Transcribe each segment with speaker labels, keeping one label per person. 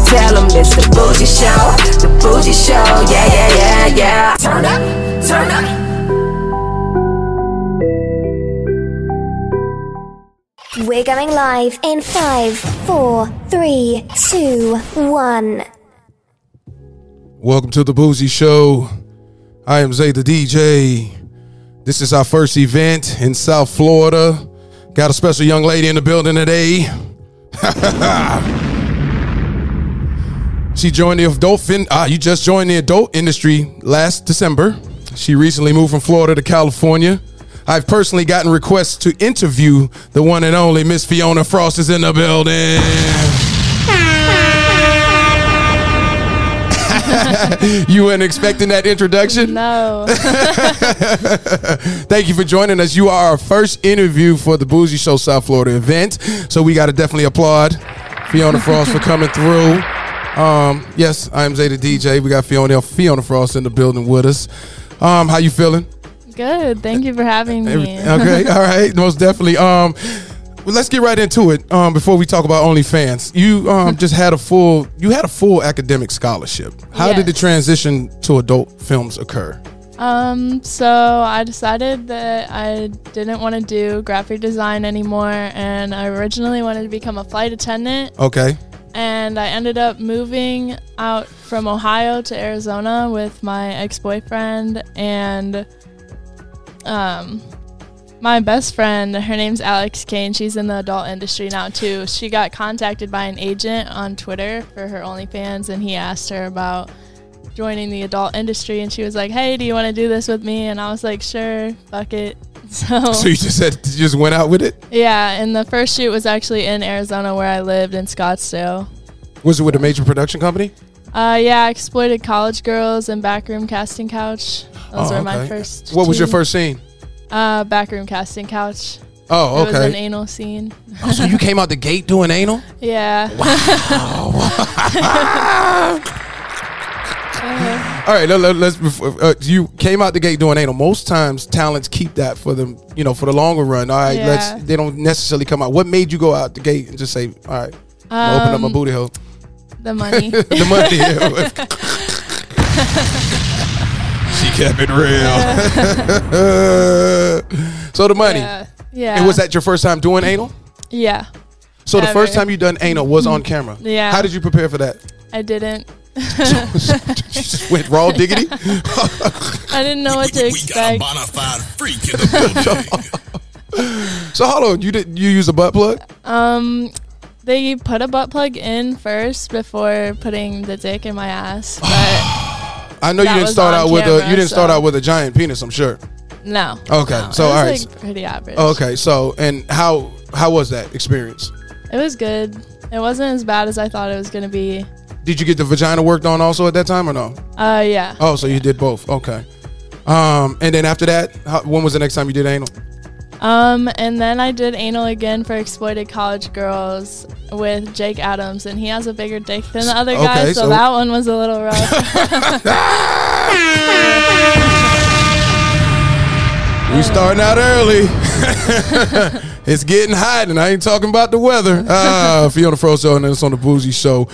Speaker 1: It's the Bougie Show, the Bougie Show, yeah, yeah, yeah, yeah. Turn up, turn up.
Speaker 2: We're going live in five, four, three, two, one.
Speaker 3: Welcome to the Boozy Show. I am Zay the DJ. This is our first event in South Florida. Got a special young lady in the building today. she joined the adult fin- ah, you just joined the adult industry last December. She recently moved from Florida to California. I've personally gotten requests to interview the one and only Miss Fiona Frost is in the building. you weren't expecting that introduction?
Speaker 4: No.
Speaker 3: Thank you for joining us. You are our first interview for the Boozy Show South Florida event. So we got to definitely applaud Fiona Frost for coming through. Um, yes, I am Zeta DJ. We got Fiona Fiona Frost in the building with us. Um, how you feeling?
Speaker 4: Good. Thank you for having me.
Speaker 3: Okay, all right, most definitely. Um, well, let's get right into it. Um, before we talk about OnlyFans, you um just had a full you had a full academic scholarship. How did the
Speaker 4: Yes.
Speaker 3: transition to adult films occur?
Speaker 4: Um, so I decided that I didn't want to do graphic design anymore and I originally wanted to become a flight attendant
Speaker 3: Okay,
Speaker 4: and I ended up moving out from Ohio to Arizona with my ex-boyfriend and um my best friend, her name's Alex Kane. She's in the adult industry now too. She got contacted by an agent on Twitter for her OnlyFans, and he asked her about joining the adult industry, and she was like, "Hey, do you want to do this with me?" And I was like, "Sure, fuck it." So,
Speaker 3: so you just said you just went out with it.
Speaker 4: yeah, and the first shoot was actually in Arizona where I lived in Scottsdale.
Speaker 3: Was it with a major production company?
Speaker 4: Uh, yeah, I exploited college girls and backroom casting couch. Those were my first.
Speaker 3: Oh, What was
Speaker 4: two.
Speaker 3: your first scene?
Speaker 4: Uh, backroom casting couch.
Speaker 3: Oh,
Speaker 4: It was an
Speaker 3: okay.
Speaker 4: anal scene.
Speaker 3: Oh, so you came out the gate doing anal?
Speaker 4: Yeah.
Speaker 3: All right, let, let, let's. before- Uh, you came out the gate doing anal. Most times, talents keep that for them. You know, for the longer run. All right,
Speaker 4: Yeah.
Speaker 3: let's. They don't necessarily come out. What made you go out the gate and just say, "All right, I'm gonna open up my
Speaker 4: Um,
Speaker 3: booty hole"?
Speaker 4: The money.
Speaker 3: the money. she kept it real. so the money.
Speaker 4: yeah. Yeah.
Speaker 3: And was that your first time doing anal?
Speaker 4: Yeah.
Speaker 3: So the first
Speaker 4: Ever.
Speaker 3: time you done anal was on camera.
Speaker 4: Yeah.
Speaker 3: How did you prepare for that?
Speaker 4: I didn't.
Speaker 3: you just went raw diggity.
Speaker 4: I didn't know what to
Speaker 5: We got a
Speaker 4: expect.
Speaker 5: bona fide freak in the building.
Speaker 3: so hold on, you did you use a butt plug?
Speaker 4: Um, they put a butt plug in first before putting the dick in my ass, but
Speaker 3: I know you
Speaker 4: That
Speaker 3: didn't
Speaker 4: was
Speaker 3: start
Speaker 4: on
Speaker 3: out with a
Speaker 4: camera,
Speaker 3: you didn't start
Speaker 4: so-
Speaker 3: out with a giant penis. I'm sure.
Speaker 4: no.
Speaker 3: Okay,
Speaker 4: No,
Speaker 3: Oh, so
Speaker 4: it
Speaker 3: all
Speaker 4: was,
Speaker 3: right.
Speaker 4: like, pretty average.
Speaker 3: Okay, so and how how was that experience?
Speaker 4: It was good. It wasn't as bad as I thought it was gonna be.
Speaker 3: Did you get the vagina worked on also at that time or no?
Speaker 4: Uh, yeah.
Speaker 3: Oh, so you did both. Okay. Um, and then after that, how, when was the next time you did anal?
Speaker 4: Um, and then I did anal again for exploited college girls with Jake Adams, and he has a bigger dick than the other guy,
Speaker 3: Okay,
Speaker 4: so,
Speaker 3: so-
Speaker 4: that one was a little rough.
Speaker 3: We starting out early. it's getting hot, and I ain't talking about the weather. Uh, Fiona Frozo, and it's on the Boozy Show.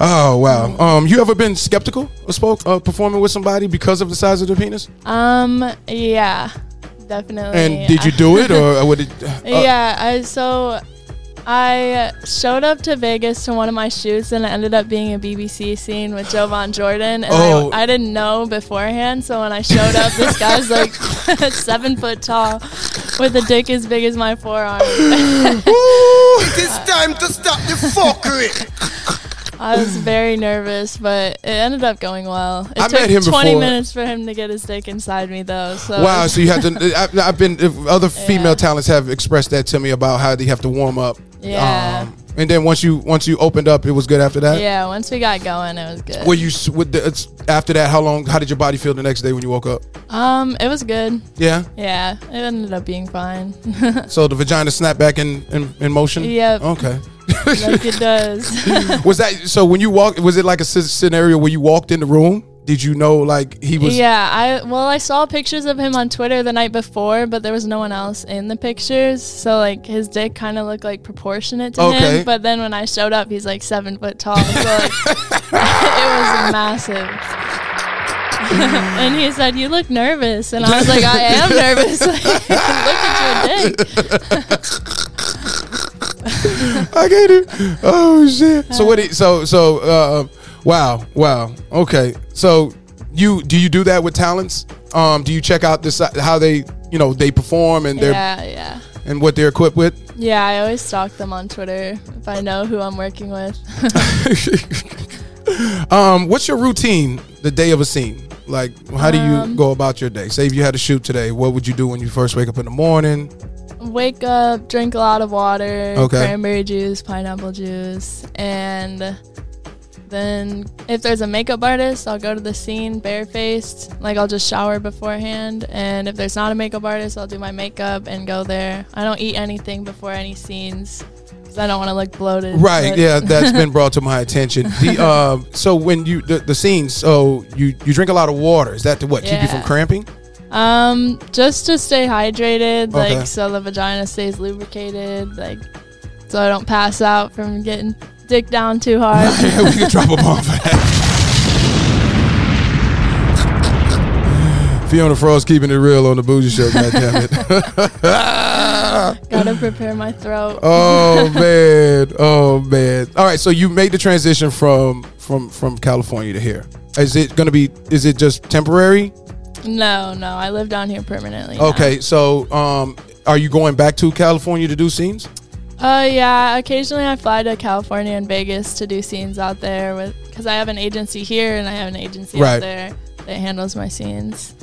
Speaker 3: Oh wow. Um, you ever been skeptical or spoke uh, performing with somebody because of the size of their penis?
Speaker 4: um, yeah, definitely.
Speaker 3: And did you do it, or would it? uh,
Speaker 4: yeah, I so I showed up to Vegas to one of my shoots, and it ended up being a BBC scene with Jovan Jordan, and
Speaker 3: Oh.
Speaker 4: I, I didn't know beforehand. So when I showed up, this guy's like seven foot tall, with a dick as big as my forearm.
Speaker 5: it's time to stop the fuckery.
Speaker 4: I was very nervous, but it ended up going well. It
Speaker 3: I
Speaker 4: took
Speaker 3: met him
Speaker 4: 20
Speaker 3: before.
Speaker 4: minutes for him to get his dick inside me, though. So
Speaker 3: Wow, so you had to. I, I've been. If other female talents have expressed that to me about how they have to warm up. Um,
Speaker 4: Yeah.
Speaker 3: and then once you once you opened up, it was good after that.
Speaker 4: yeah, once we got going, it was good.
Speaker 3: Were you s- with the, it's, after that? How long? How did your body feel the next day when you woke up?
Speaker 4: um, it was good.
Speaker 3: Yeah.
Speaker 4: Yeah, it ended up being fine,
Speaker 3: So the vagina snapped back in in, in motion.
Speaker 4: Yep.
Speaker 3: Okay.
Speaker 4: like it does.
Speaker 3: was that so? When you walked, was it like a sce- scenario where you walked in the room? Did you know like he was?
Speaker 4: yeah, I well, I saw pictures of him on Twitter the night before, but there was no one else in the pictures, so like his dick kind of looked like proportionate to
Speaker 3: Okay.
Speaker 4: him. But then when I showed up, he's like seven foot tall, so like, it was massive. and he said, "You look nervous," and I was like, "I am nervous. Like, look at your dick."
Speaker 3: I get it. Oh shit. So what? Did, so so uh, wow wow. Okay. So you do you do that with talents? Um, do you check out this how they you know they perform and their
Speaker 4: Yeah, yeah,
Speaker 3: and what they're equipped with?
Speaker 4: yeah. I always stalk them on Twitter if I know who I'm working with.
Speaker 3: Um, what's your routine the day of a scene? Like, how do you
Speaker 4: Um,
Speaker 3: go about your day? Say if you had to shoot today, what would you do when you first wake up in the morning?
Speaker 4: wake up, drink a lot of water,
Speaker 3: Okay.
Speaker 4: cranberry juice, pineapple juice, and then if there's a makeup artist, I'll go to the scene barefaced. Like I'll just shower beforehand, and if there's not a makeup artist, I'll do my makeup and go there. I don't eat anything before any scenes because I don't want to look bloated.
Speaker 3: Right.
Speaker 4: but-
Speaker 3: Yeah, that's been brought to my attention. The uh, so when you the, the scenes, so you you drink a lot of water. Is that to what keep you from
Speaker 4: Yeah.
Speaker 3: cramping?
Speaker 4: Um, just to stay hydrated,
Speaker 3: Okay.
Speaker 4: like so the vagina stays lubricated, like so I don't pass out from getting dick down too hard.
Speaker 3: Yeah, we can drop a bomb for that. Fiona Frost keeping it real on the Bougie Show. God damn it.
Speaker 4: Gotta prepare my throat.
Speaker 3: Oh man. Oh man. All right. So you made the transition from from from California to here. Is it gonna be? Is it just temporary?
Speaker 4: No, no, I live down here permanently. now.
Speaker 3: Okay. So um, are you going back to California to do scenes?
Speaker 4: Uh, yeah. Occasionally, I fly to California and Vegas to do scenes out there with because I have an agency here and I have an agency
Speaker 3: Right.
Speaker 4: out there that handles my scenes.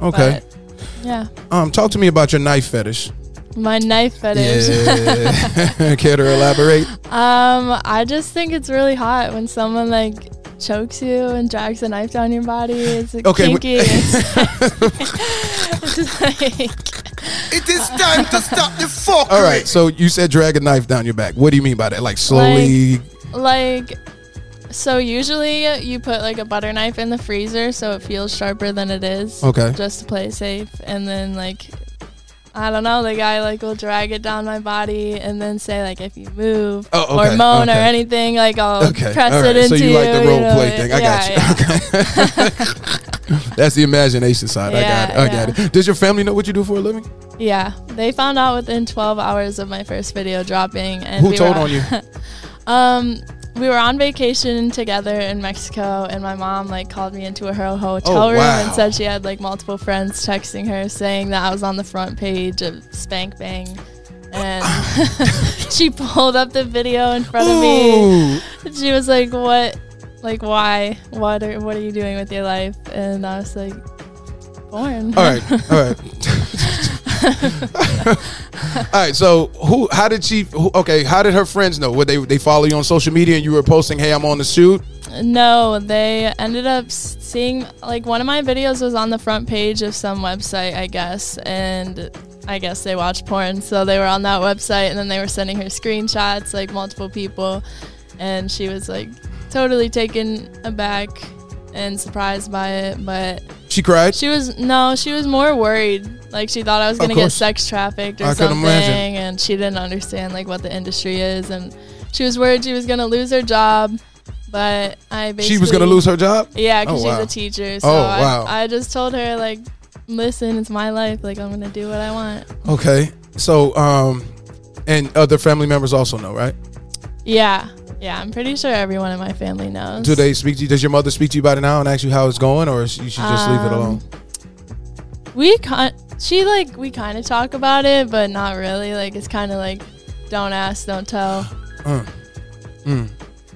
Speaker 3: Okay.
Speaker 4: But, yeah,
Speaker 3: Um, talk to me about your knife fetish.
Speaker 4: my knife fetish.
Speaker 3: Yeah. Care to elaborate?
Speaker 4: Um, I just think it's really hot when someone like chokes you and drags a knife down your body. It's like,
Speaker 3: Okay, but-
Speaker 4: kinky. It's, it's like
Speaker 5: It is time to stop the fuckery.
Speaker 3: All right. So you said drag a knife down your back. What do you mean by that? Like slowly.
Speaker 4: like so usually you put like a butter knife in the freezer so it feels sharper than it is
Speaker 3: Okay.
Speaker 4: just to play it safe and then like i don't know the guy like will drag it down my body and then say like if you move
Speaker 3: Oh, okay,
Speaker 4: or moan
Speaker 3: okay.
Speaker 4: or anything like i'll
Speaker 3: okay.
Speaker 4: press
Speaker 3: all right.
Speaker 4: it into
Speaker 3: so you like the
Speaker 4: you
Speaker 3: role
Speaker 4: know,
Speaker 3: play
Speaker 4: it-
Speaker 3: thing. I
Speaker 4: yeah, yeah.
Speaker 3: got you. Okay. That's the imagination side. I got it. I
Speaker 4: Yeah,
Speaker 3: got it. Does your family know what you do for a living?
Speaker 4: yeah they found out within 12 hours of my first video dropping and
Speaker 3: Who
Speaker 4: we
Speaker 3: told
Speaker 4: were-
Speaker 3: on you?
Speaker 4: Um, we were on vacation together in Mexico, and my mom like called me into her hotel
Speaker 3: Oh,
Speaker 4: room
Speaker 3: wow.
Speaker 4: and said she had like multiple friends texting her saying that I was on the front page of Spank Bang, and she pulled up the video in front of me.
Speaker 3: Ooh.
Speaker 4: And she was like, "What? Like, why? What are What are you doing with your life?" And I was like, "Born."
Speaker 3: All right. All right. all right. So who? How did she? Who, okay. How did her friends know? Would they they follow you on social media and you were posting, "Hey, I'm on the shoot."
Speaker 4: No, they ended up s- seeing like one of my videos was on the front page of some website, I guess, and I guess they watched porn, so they were on that website, and then they were sending her screenshots, like multiple people, and she was like totally taken aback and surprised by it, but
Speaker 3: She cried.
Speaker 4: she was no, she was more worried, like she thought I was gonna get
Speaker 3: course.
Speaker 4: sex trafficked or
Speaker 3: I can
Speaker 4: something,
Speaker 3: imagine.
Speaker 4: and she didn't understand like what the industry is, and she was worried she was gonna lose her job, but I basically
Speaker 3: She was gonna lose her job.
Speaker 4: yeah, because
Speaker 3: Oh,
Speaker 4: she's
Speaker 3: wow.
Speaker 4: a teacher. So
Speaker 3: Oh, wow.
Speaker 4: I, I just told her like, listen, it's my life. Like I'm gonna do what I want.
Speaker 3: Okay. So um, and other family members also know, right?
Speaker 4: Yeah, yeah. I'm pretty sure everyone in my family knows.
Speaker 3: Do they speak to you? Does your mother speak to you about it now and ask you how it's going, or she- you should just leave it
Speaker 4: Um,
Speaker 3: alone?
Speaker 4: We con- she like we kind of talk about it, but not really. Like it's kind of like, don't ask, don't tell.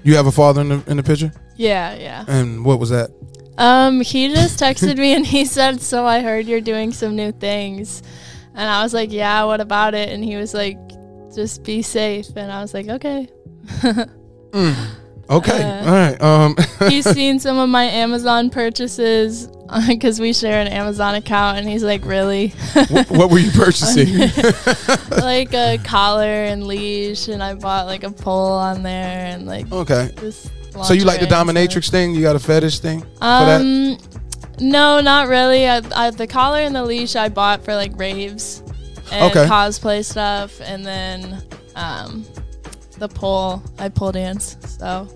Speaker 3: You have a father in the, in the picture,
Speaker 4: Yeah, yeah.
Speaker 3: and what was that?
Speaker 4: Um, he just texted me and he said, "So I heard you're doing some new things," and I was like, "Yeah, what about it?" And he was like, "Just be safe," and I was like, "Okay."
Speaker 3: Okay,
Speaker 4: Uh,
Speaker 3: all right. Um,
Speaker 4: he's seen some of my Amazon purchases because we share an Amazon account, and he's like, "Really?"
Speaker 3: what were you purchasing?
Speaker 4: like a collar and leash, and I bought like a pole on there, and like
Speaker 3: okay,
Speaker 4: just
Speaker 3: So you like the
Speaker 4: lingerie and
Speaker 3: dominatrix thing? You got a fetish thing for
Speaker 4: stuff.
Speaker 3: that?
Speaker 4: Um, no, not really. I, I, the collar and the leash I bought for like raves and
Speaker 3: Okay.
Speaker 4: cosplay stuff, and then um, the pole. I pole dance. So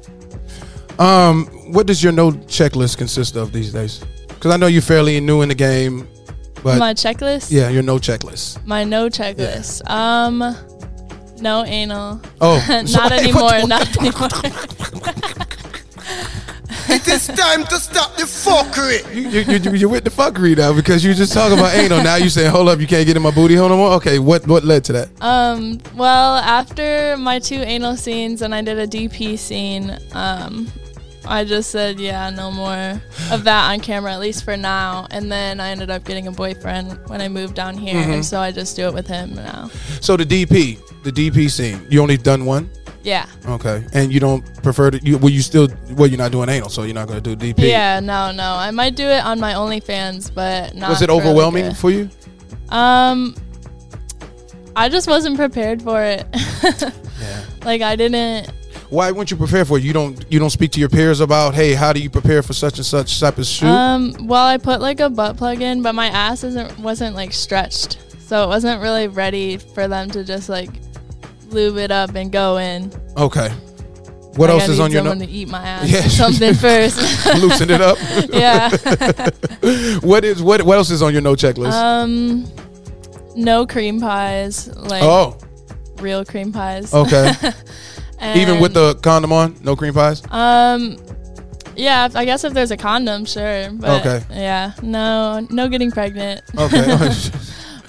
Speaker 3: Um, what does your no checklist consist of these days? Because I know you're fairly new in the game, but
Speaker 4: my checklist.
Speaker 3: Uh, yeah, your no checklist.
Speaker 4: My no checklist. Um, no anal.
Speaker 3: Oh, so-
Speaker 4: not anymore. Not anymore.
Speaker 5: It is time to stop the fuckery.
Speaker 3: you, you, you, you're with the fuckery now because you just talking about anal. Now you saying, hold up, you can't get in my booty hole no more. Okay, what what led to that?
Speaker 4: Um, well, after my two anal scenes and I did a DP scene, um, I just said, yeah, no more of that on camera, at least for now. And then I ended up getting a boyfriend when I moved down here,
Speaker 3: Mm-hmm.
Speaker 4: and so I just do it with him now.
Speaker 3: So the DP, the DP scene, you only done one.
Speaker 4: Yeah.
Speaker 3: Okay, and you don't prefer to. You, well, you still well, you're not doing anal, so you're not going to do DP.
Speaker 4: Yeah, no, no. I might do it on my OnlyFans, but not.
Speaker 3: Was it
Speaker 4: for, like,
Speaker 3: overwhelming
Speaker 4: a-
Speaker 3: for you?
Speaker 4: Um, I just wasn't prepared for it. Like I didn't.
Speaker 3: Why weren't you prepared for it? You don't you don't speak to your peers about hey, how do you prepare for such and such type of shoot?
Speaker 4: Um, well, I put like a butt plug in, but my ass isn't wasn't like stretched, so it wasn't really ready for them to just like lube it up and go in.
Speaker 3: okay, what
Speaker 4: Like,
Speaker 3: else
Speaker 4: I
Speaker 3: is
Speaker 4: need
Speaker 3: on your
Speaker 4: someone
Speaker 3: no-
Speaker 4: to eat my ass
Speaker 3: Yeah.
Speaker 4: or something first.
Speaker 3: loosen it up?
Speaker 4: yeah.
Speaker 3: what is what what else is on your no checklist?
Speaker 4: Um, no cream pies, like
Speaker 3: oh,
Speaker 4: real cream pies.
Speaker 3: okay. Even with
Speaker 4: And,
Speaker 3: the condom on, no cream pies.
Speaker 4: um. Yeah, if- I guess if there's a condom, sure. But
Speaker 3: Okay.
Speaker 4: Yeah, no, no getting pregnant.
Speaker 3: Okay.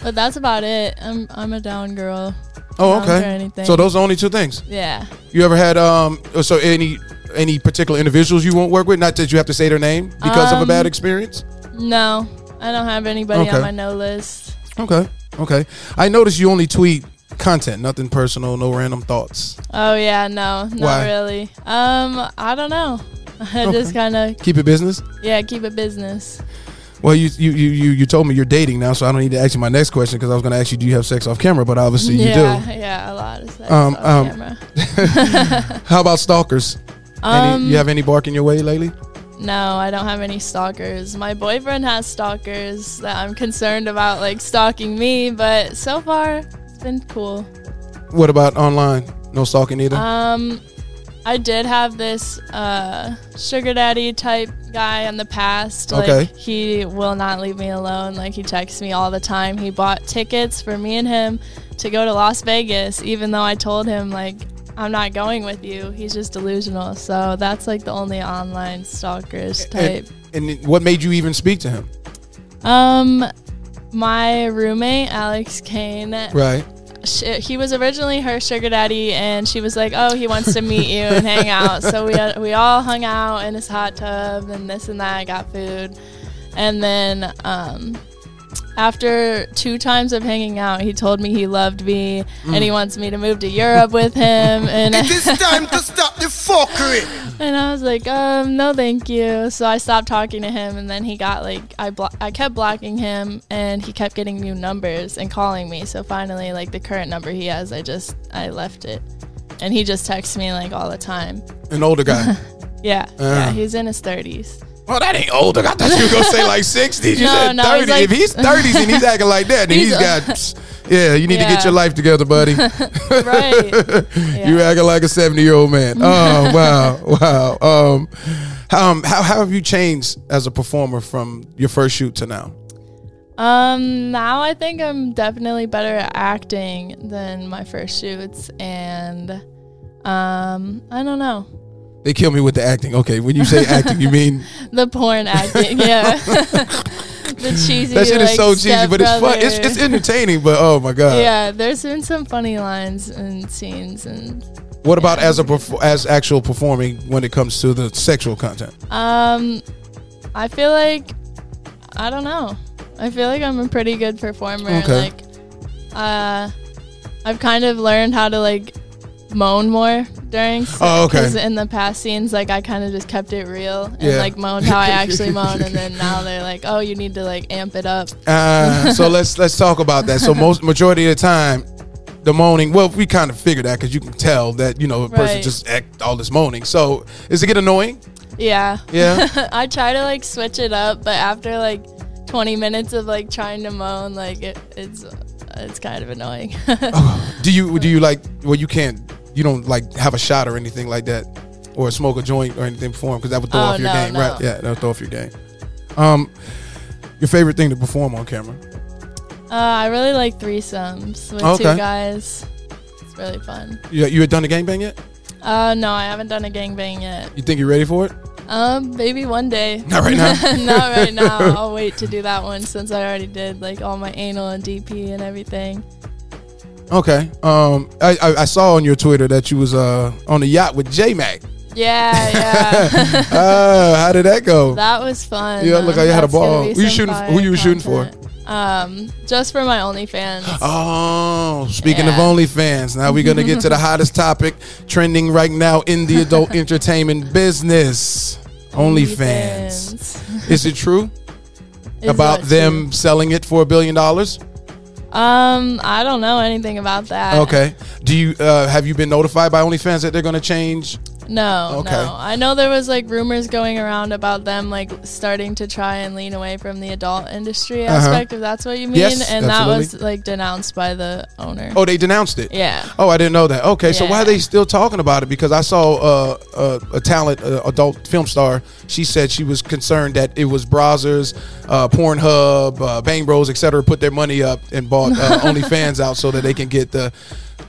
Speaker 4: But that's about it. I'm I'm a down girl.
Speaker 3: oh,
Speaker 4: Not for
Speaker 3: okay.
Speaker 4: anything.
Speaker 3: So those are only two things.
Speaker 4: Yeah.
Speaker 3: You ever had um so any any particular individuals you won't work with? Not that you have to say their name because of a
Speaker 4: Um,
Speaker 3: bad experience.
Speaker 4: No, I don't have anybody
Speaker 3: Okay.
Speaker 4: on my no list.
Speaker 3: Okay. Okay. I noticed you only tweet content, nothing personal, no random thoughts.
Speaker 4: Oh yeah, no, not
Speaker 3: Why?
Speaker 4: really. Um, I don't know. I just kind of
Speaker 3: Keep it business.
Speaker 4: yeah, keep it business.
Speaker 3: Well, you you you you, you told me you're dating now, so I don't need to ask you my next question because I was going to ask you, do you have sex off camera? But obviously
Speaker 4: yeah,
Speaker 3: you do.
Speaker 4: yeah, a lot of sex
Speaker 3: Um,
Speaker 4: on
Speaker 3: um,
Speaker 4: camera.
Speaker 3: How about stalkers?
Speaker 4: Um,
Speaker 3: any, you have any barking your way lately?
Speaker 4: No, I don't have any stalkers. My boyfriend has stalkers that I'm concerned about, like stalking me. But so far, it's been cool.
Speaker 3: What about online? No stalking either.
Speaker 4: Um, I did have this uh, sugar daddy type guy in the past. Like,
Speaker 3: Okay.
Speaker 4: He will not leave me alone. Like he texts me all the time. He bought tickets for me and him to go to Las Vegas, even though I told him like I'm not going with you. He's just delusional. So that's like the only online stalkers type.
Speaker 3: and, and what made you even speak to him?
Speaker 4: Um, my roommate Alex Kane
Speaker 3: Right.
Speaker 4: sh- he was originally her sugar daddy, and she was like, "Oh, he wants to meet you and hang out." So we uh, we all hung out in his hot tub and this and that. Got food, and then um, after two times of hanging out, he told me he loved me and he wants me to move to Europe with him. And
Speaker 5: It is time to stop the fuckery.
Speaker 4: and I was like, um, no, thank you. So I stopped talking to him, and then he got like, I blo- I kept blocking him, and he kept getting new numbers and calling me. So finally, like the current number he has, I just I left it, and he just texts me like all the time.
Speaker 3: An older guy.
Speaker 4: Yeah,
Speaker 3: Ah.
Speaker 4: yeah, he's in his thirties.
Speaker 3: Well, that ain't older. I thought you were gonna say like sixties. You
Speaker 4: No,
Speaker 3: said
Speaker 4: no, he's
Speaker 3: thirty.
Speaker 4: like-
Speaker 3: if he's thirties and he's acting like that, then
Speaker 4: He's
Speaker 3: he's
Speaker 4: a-
Speaker 3: got. psst, yeah, you need to get
Speaker 4: Yeah.
Speaker 3: your life together, buddy.
Speaker 4: Right.
Speaker 3: You're acting like a seventy year old man. Oh wow, wow. Um, how, um, how how have you changed as a performer from your first shoot to now?
Speaker 4: Um, now I think I'm definitely better at acting than my first shoots, and um, I don't know
Speaker 3: They kill me with the acting. Okay, when you say acting, you mean
Speaker 4: the porn acting. Yeah. The cheesy
Speaker 3: that shit
Speaker 4: like,
Speaker 3: is so cheesy, but it's fun. It's,
Speaker 4: stepbrother.
Speaker 3: it's entertaining. But oh my god,
Speaker 4: yeah, there's been some funny lines and scenes, and
Speaker 3: What about as a perf- as actual performing when it comes to the sexual content?
Speaker 4: um, I feel like I don't know. I feel like I'm a pretty good performer.
Speaker 3: Okay.
Speaker 4: Like, uh, I've kind of learned how to like moan more during. se-
Speaker 3: Oh, okay.
Speaker 4: 'cause in the past scenes, like I kind of just kept it real and
Speaker 3: Yeah.
Speaker 4: like moaned how I actually moan, and then now they're like, oh, you need to like amp it up.
Speaker 3: Uh, so let's let's talk about that. So most majority of the time, the moaning. Well, we kind of figured that because you can tell that you know a person
Speaker 4: Right.
Speaker 3: just act all this moaning. So is it get annoying?
Speaker 4: Yeah.
Speaker 3: Yeah.
Speaker 4: I try to like switch it up, but after like 20 minutes of like trying to moan, like it, it's it's kind of annoying.
Speaker 3: Do you do you like well you can't you don't like have a shot or anything like that or smoke a joint or anything perform because that would throw
Speaker 4: Oh,
Speaker 3: off your
Speaker 4: no,
Speaker 3: game,
Speaker 4: no.
Speaker 3: right? Yeah, that would throw off your game. Um, your favorite thing to perform on camera?
Speaker 4: uh, I really like threesomes with
Speaker 3: Okay.
Speaker 4: two guys. It's really fun.
Speaker 3: You, you had done a gangbang yet?
Speaker 4: Uh, no, I haven't done a gangbang yet.
Speaker 3: You think you're ready for it?
Speaker 4: Um, maybe one day.
Speaker 3: Not right now.
Speaker 4: Not right now. I'll wait to do that one since I already did like all my anal and DP and everything.
Speaker 3: Okay. Um, I, I, I saw on your Twitter that you was uh on a yacht with J Mac.
Speaker 4: Yeah, yeah.
Speaker 3: Uh, how did that go?
Speaker 4: that was fun.
Speaker 3: Yeah, look,
Speaker 4: Um,
Speaker 3: you had a
Speaker 4: that's gonna
Speaker 3: ball.
Speaker 4: be
Speaker 3: Who you
Speaker 4: some
Speaker 3: shooting-
Speaker 4: fire
Speaker 3: who you shooting for?
Speaker 4: content. Um, just for my OnlyFans.
Speaker 3: Oh, speaking of
Speaker 4: Yeah.
Speaker 3: OnlyFans, now we're gonna get to the hottest topic trending right now in the adult entertainment business. OnlyFans. Is it true
Speaker 4: Is
Speaker 3: about
Speaker 4: that
Speaker 3: them selling it for a billion dollars?
Speaker 4: true? Um, I don't know anything about that.
Speaker 3: Okay. Do you uh, have you been notified by OnlyFans that they're gonna change?
Speaker 4: No,
Speaker 3: Okay.
Speaker 4: no. I know there was like rumors going around about them like starting to try and lean away from the adult industry aspect, if that's what you mean.
Speaker 3: Uh-huh. Yes,
Speaker 4: and that was
Speaker 3: absolutely.
Speaker 4: like denounced by the owner.
Speaker 3: Oh, they denounced it.
Speaker 4: Yeah.
Speaker 3: Oh, I didn't know that. Okay, so why are
Speaker 4: Yeah.
Speaker 3: they still talking about it? Because I saw uh, uh, a talent uh, adult film star. She said she was concerned that it was browsers, uh, Pornhub, uh, Bang Bros, etc. Put their money up and bought uh, OnlyFans out so that they can get the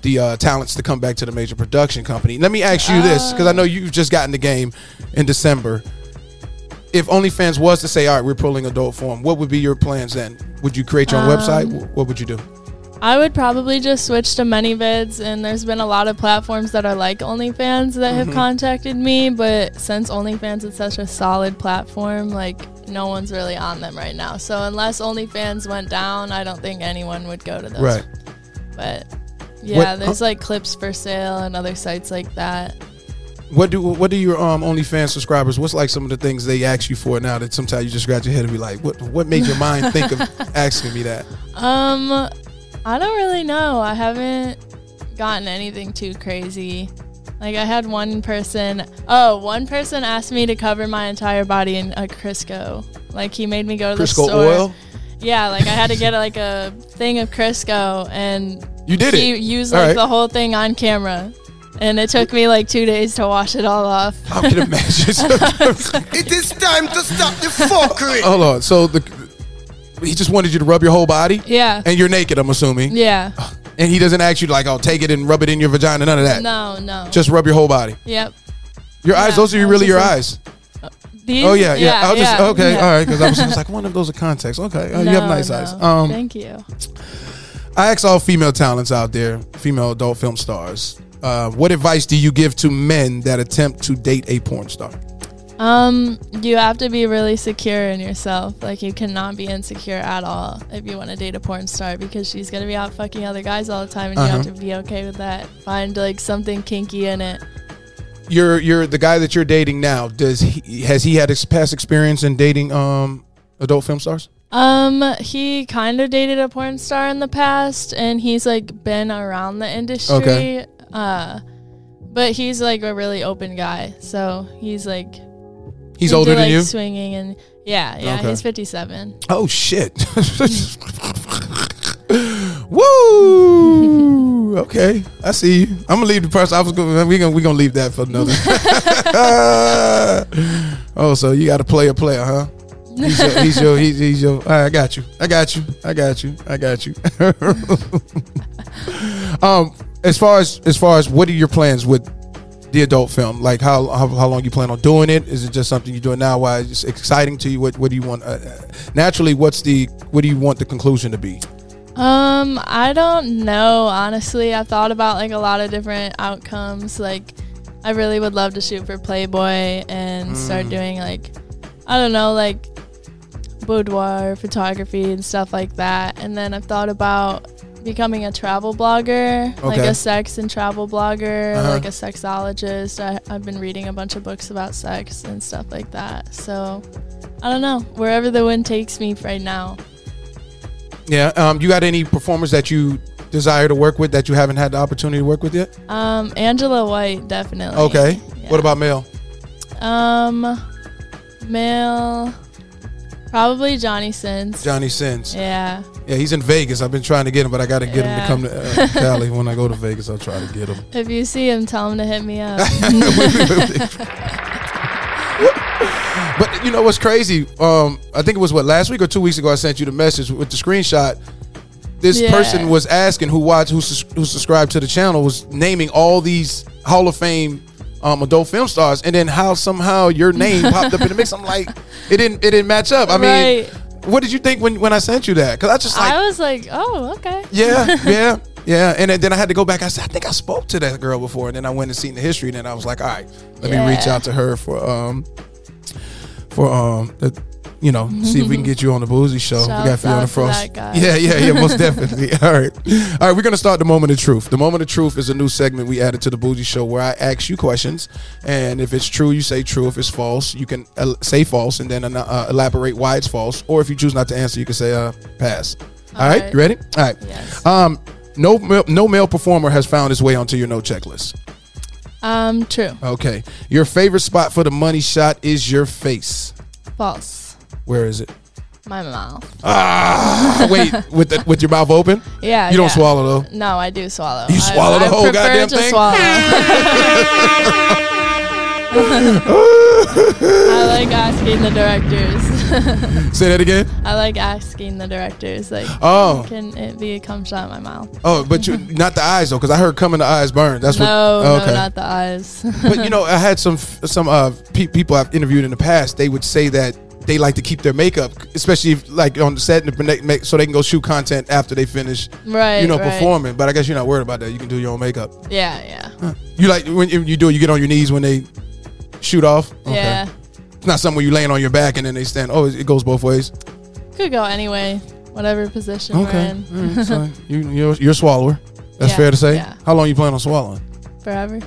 Speaker 3: the uh, talents to come back to the major production company. Let me ask you this, because I know you've just gotten the game in December. If OnlyFans was to say, "All right, we're pulling adult form," what would be your plans then? Would you create your own website? Wh- What would you do?
Speaker 4: I would probably just switch to ManyVids, and there's been a lot of platforms that are like OnlyFans that
Speaker 3: Mm-hmm.
Speaker 4: have contacted me, but since OnlyFans is such a solid platform, like no one's really on them right now. So unless OnlyFans went down, I don't think anyone would go to those.
Speaker 3: Right.
Speaker 4: But yeah,
Speaker 3: What-
Speaker 4: there's like clips for sale and other sites like that.
Speaker 3: What do what do your um OnlyFans subscribers? What's like some of the things they ask you for now that sometimes you just scratch your head and be like, what what made your mind think of asking me that?
Speaker 4: Um, I don't really know. I haven't gotten anything too crazy. Like I had one person, oh, one person asked me to cover my entire body in a Crisco. Like he made me go to
Speaker 3: Crisco
Speaker 4: the store.
Speaker 3: oil.
Speaker 4: Yeah, like I had to get like a thing of Crisco, and
Speaker 3: You did
Speaker 4: he
Speaker 3: it.
Speaker 4: used
Speaker 3: All
Speaker 4: like
Speaker 3: right.
Speaker 4: the whole thing on camera, and it took me like two days to wash it all off.
Speaker 3: I can imagine.
Speaker 5: It is time to stop the fuckery.
Speaker 3: Hold on. So the he just wanted you to rub your whole body.
Speaker 4: Yeah.
Speaker 3: And you're naked, I'm assuming.
Speaker 4: Yeah.
Speaker 3: And he doesn't ask you like, oh, take it and rub it in your vagina. None of that.
Speaker 4: No. No.
Speaker 3: Just rub your whole body.
Speaker 4: Yep.
Speaker 3: Your eyes.
Speaker 4: Yeah,
Speaker 3: Those are
Speaker 4: I was
Speaker 3: really
Speaker 4: just
Speaker 3: your
Speaker 4: like-
Speaker 3: eyes.
Speaker 4: These-
Speaker 3: Oh yeah, yeah. I'll just
Speaker 4: yeah,
Speaker 3: okay.
Speaker 4: yeah.
Speaker 3: All right. Because I was just like, one of those are contacts. Okay. Oh, you have
Speaker 4: No,
Speaker 3: nice
Speaker 4: no.
Speaker 3: eyes. Um.
Speaker 4: Thank you.
Speaker 3: I ask all female talents out there, female adult film stars, uh, what advice do you give to men that attempt to date a porn star?
Speaker 4: Um, you have to be really secure in yourself. Like you cannot be insecure at all if you want to date a porn star because she's gonna be out fucking other guys all the time, and
Speaker 3: Uh-huh.
Speaker 4: you have to be okay with that. Find like something kinky in it.
Speaker 3: You're you're the guy that you're dating now. Does he has he had ex- past experience in dating um adult film stars?
Speaker 4: Um, he kind of dated a porn star in the past, and he's like been around the industry.
Speaker 3: Okay.
Speaker 4: Uh, but he's like a really open guy, so he's like
Speaker 3: He's
Speaker 4: into,
Speaker 3: older than
Speaker 4: like,
Speaker 3: you.
Speaker 4: Swinging and yeah, yeah,
Speaker 3: Okay.
Speaker 4: he's fifty seven.
Speaker 3: Oh shit. Woo! Okay, I see you. I'm gonna leave the person. I was going. We gonna we gonna leave that for another. oh, so you got to play a player, huh? He's your. He's your. He's, he's your all right, I got you. I got you. I got you. I got you. um, as far as as far as what are your plans with the adult film? Like how how, how long you plan on doing it? Is it just something you're doing now? Why it's exciting to you? What what do you want? Uh, uh, naturally, what's the what do you want the conclusion to be?
Speaker 4: Um, I don't know, honestly. I thought about like a lot of different outcomes. Like I really would love to shoot for Playboy and
Speaker 3: Mm.
Speaker 4: start doing like I don't know, like boudoir photography and stuff like that. And then I've thought about becoming a travel blogger, like
Speaker 3: Okay.
Speaker 4: a sex and travel blogger,
Speaker 3: Uh-huh.
Speaker 4: like a sexologist. I, I've been reading a bunch of books about sex and stuff like that. So I don't know, wherever the wind takes me right now.
Speaker 3: Yeah. Um, you got any performers that you desire to work with that you haven't had the opportunity to work with yet?
Speaker 4: Um, Angela White, definitely.
Speaker 3: Okay.
Speaker 4: Yeah.
Speaker 3: What about male?
Speaker 4: Um, male, probably Johnny Sins.
Speaker 3: Johnny Sins. Yeah.
Speaker 4: yeah.
Speaker 3: he's in Vegas. I've been trying to get him, but I got to get
Speaker 4: Yeah.
Speaker 3: him to come to uh, Cali. When I go to Vegas, I'll try to get him.
Speaker 4: If you see him, tell him to hit me up.
Speaker 3: But you know what's crazy? Um, I think it was what last week or two weeks ago. I sent you the message with the screenshot. This
Speaker 4: Yeah.
Speaker 3: person was asking who watched, who, sus- who subscribed to the channel, was naming all these Hall of Fame um, adult film stars, and then how somehow your name popped up in the mix. I'm like, it didn't, it didn't match up. I mean,
Speaker 4: Right.
Speaker 3: what did you think when when I sent you that? Because I just like,
Speaker 4: I was like, oh, okay.
Speaker 3: yeah, yeah, yeah. And then- then I had to go back. I said, I think I spoke to that girl before. And then I went and seen the history. And then I was like, all right, let me reach
Speaker 4: Yeah.
Speaker 3: out to her for um for um the, you know see if we can get you on the Boozy Show.
Speaker 4: Shouts
Speaker 3: we got Fiona
Speaker 4: out to
Speaker 3: Frost.
Speaker 4: that guy.
Speaker 3: Yeah, yeah, yeah. Most definitely. All right, all right. We're gonna start the moment of truth. The moment of truth is a new segment we added to the Boozy Show where I ask you questions, and if it's true, you say true. If it's false, you can el- say false, and then uh, elaborate why it's false. Or if you choose not to answer, you can say uh pass. all right.
Speaker 4: right.
Speaker 3: you ready? All right.
Speaker 4: Yes.
Speaker 3: Um, no, male- no male performer has found his way onto your no checklist.
Speaker 4: Um, true.
Speaker 3: Okay. Your favorite spot for the money shot is your face.
Speaker 4: False.
Speaker 3: Where is it?
Speaker 4: My mouth.
Speaker 3: Ah, wait, with the, with your mouth open?
Speaker 4: Yeah.
Speaker 3: You don't
Speaker 4: yeah.
Speaker 3: swallow though.
Speaker 4: No, I do swallow.
Speaker 3: You
Speaker 4: I-
Speaker 3: swallow the
Speaker 4: I
Speaker 3: whole goddamn
Speaker 4: prefer to
Speaker 3: thing?
Speaker 4: Swallow. I like asking the directors.
Speaker 3: Say that again.
Speaker 4: I like asking the directors, like,
Speaker 3: Oh.
Speaker 4: can it be a cum shot in my mouth?
Speaker 3: Oh, but you not the eyes though, because I heard coming the eyes burn. That's what.
Speaker 4: No,
Speaker 3: oh, okay.
Speaker 4: no, not the eyes.
Speaker 3: but you know, I had some some uh pe- people I've interviewed in the past. They would say that they like to keep their makeup, especially if, like on the set, and the, make, so they can go shoot content after they finish,
Speaker 4: right.
Speaker 3: you know,
Speaker 4: right.
Speaker 3: performing. But I guess you're not worried about that. You can do your own makeup.
Speaker 4: Yeah, yeah,
Speaker 3: You like when you do it, you get on your knees when they shoot off. Okay.
Speaker 4: yeah.
Speaker 3: It's not something where you laying on your back and then they stand. Oh, it goes both ways.
Speaker 4: Could go anyway, whatever position
Speaker 3: Okay.
Speaker 4: we're
Speaker 3: All
Speaker 4: in,
Speaker 3: right, so you, you're, you're a swallower. That's
Speaker 4: Yeah,
Speaker 3: fair to say.
Speaker 4: yeah.
Speaker 3: How long you plan on swallowing?
Speaker 4: forever.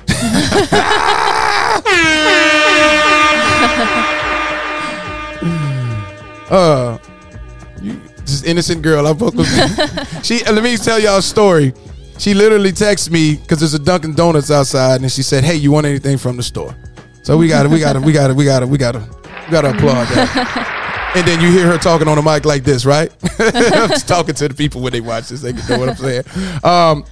Speaker 3: Uh, you this innocent girl. I fuck with she. uh, Let me tell y'all a story. She literally texted me because there's a Dunkin' Donuts outside, and she said, "Hey, you want anything from the store?" So we got it. We got it. We got it. We got it. We got it. We got to applaud that. And then you hear her talking on the mic like this, right? I'm just talking to the people when they watch this. They can know what I'm saying. Um,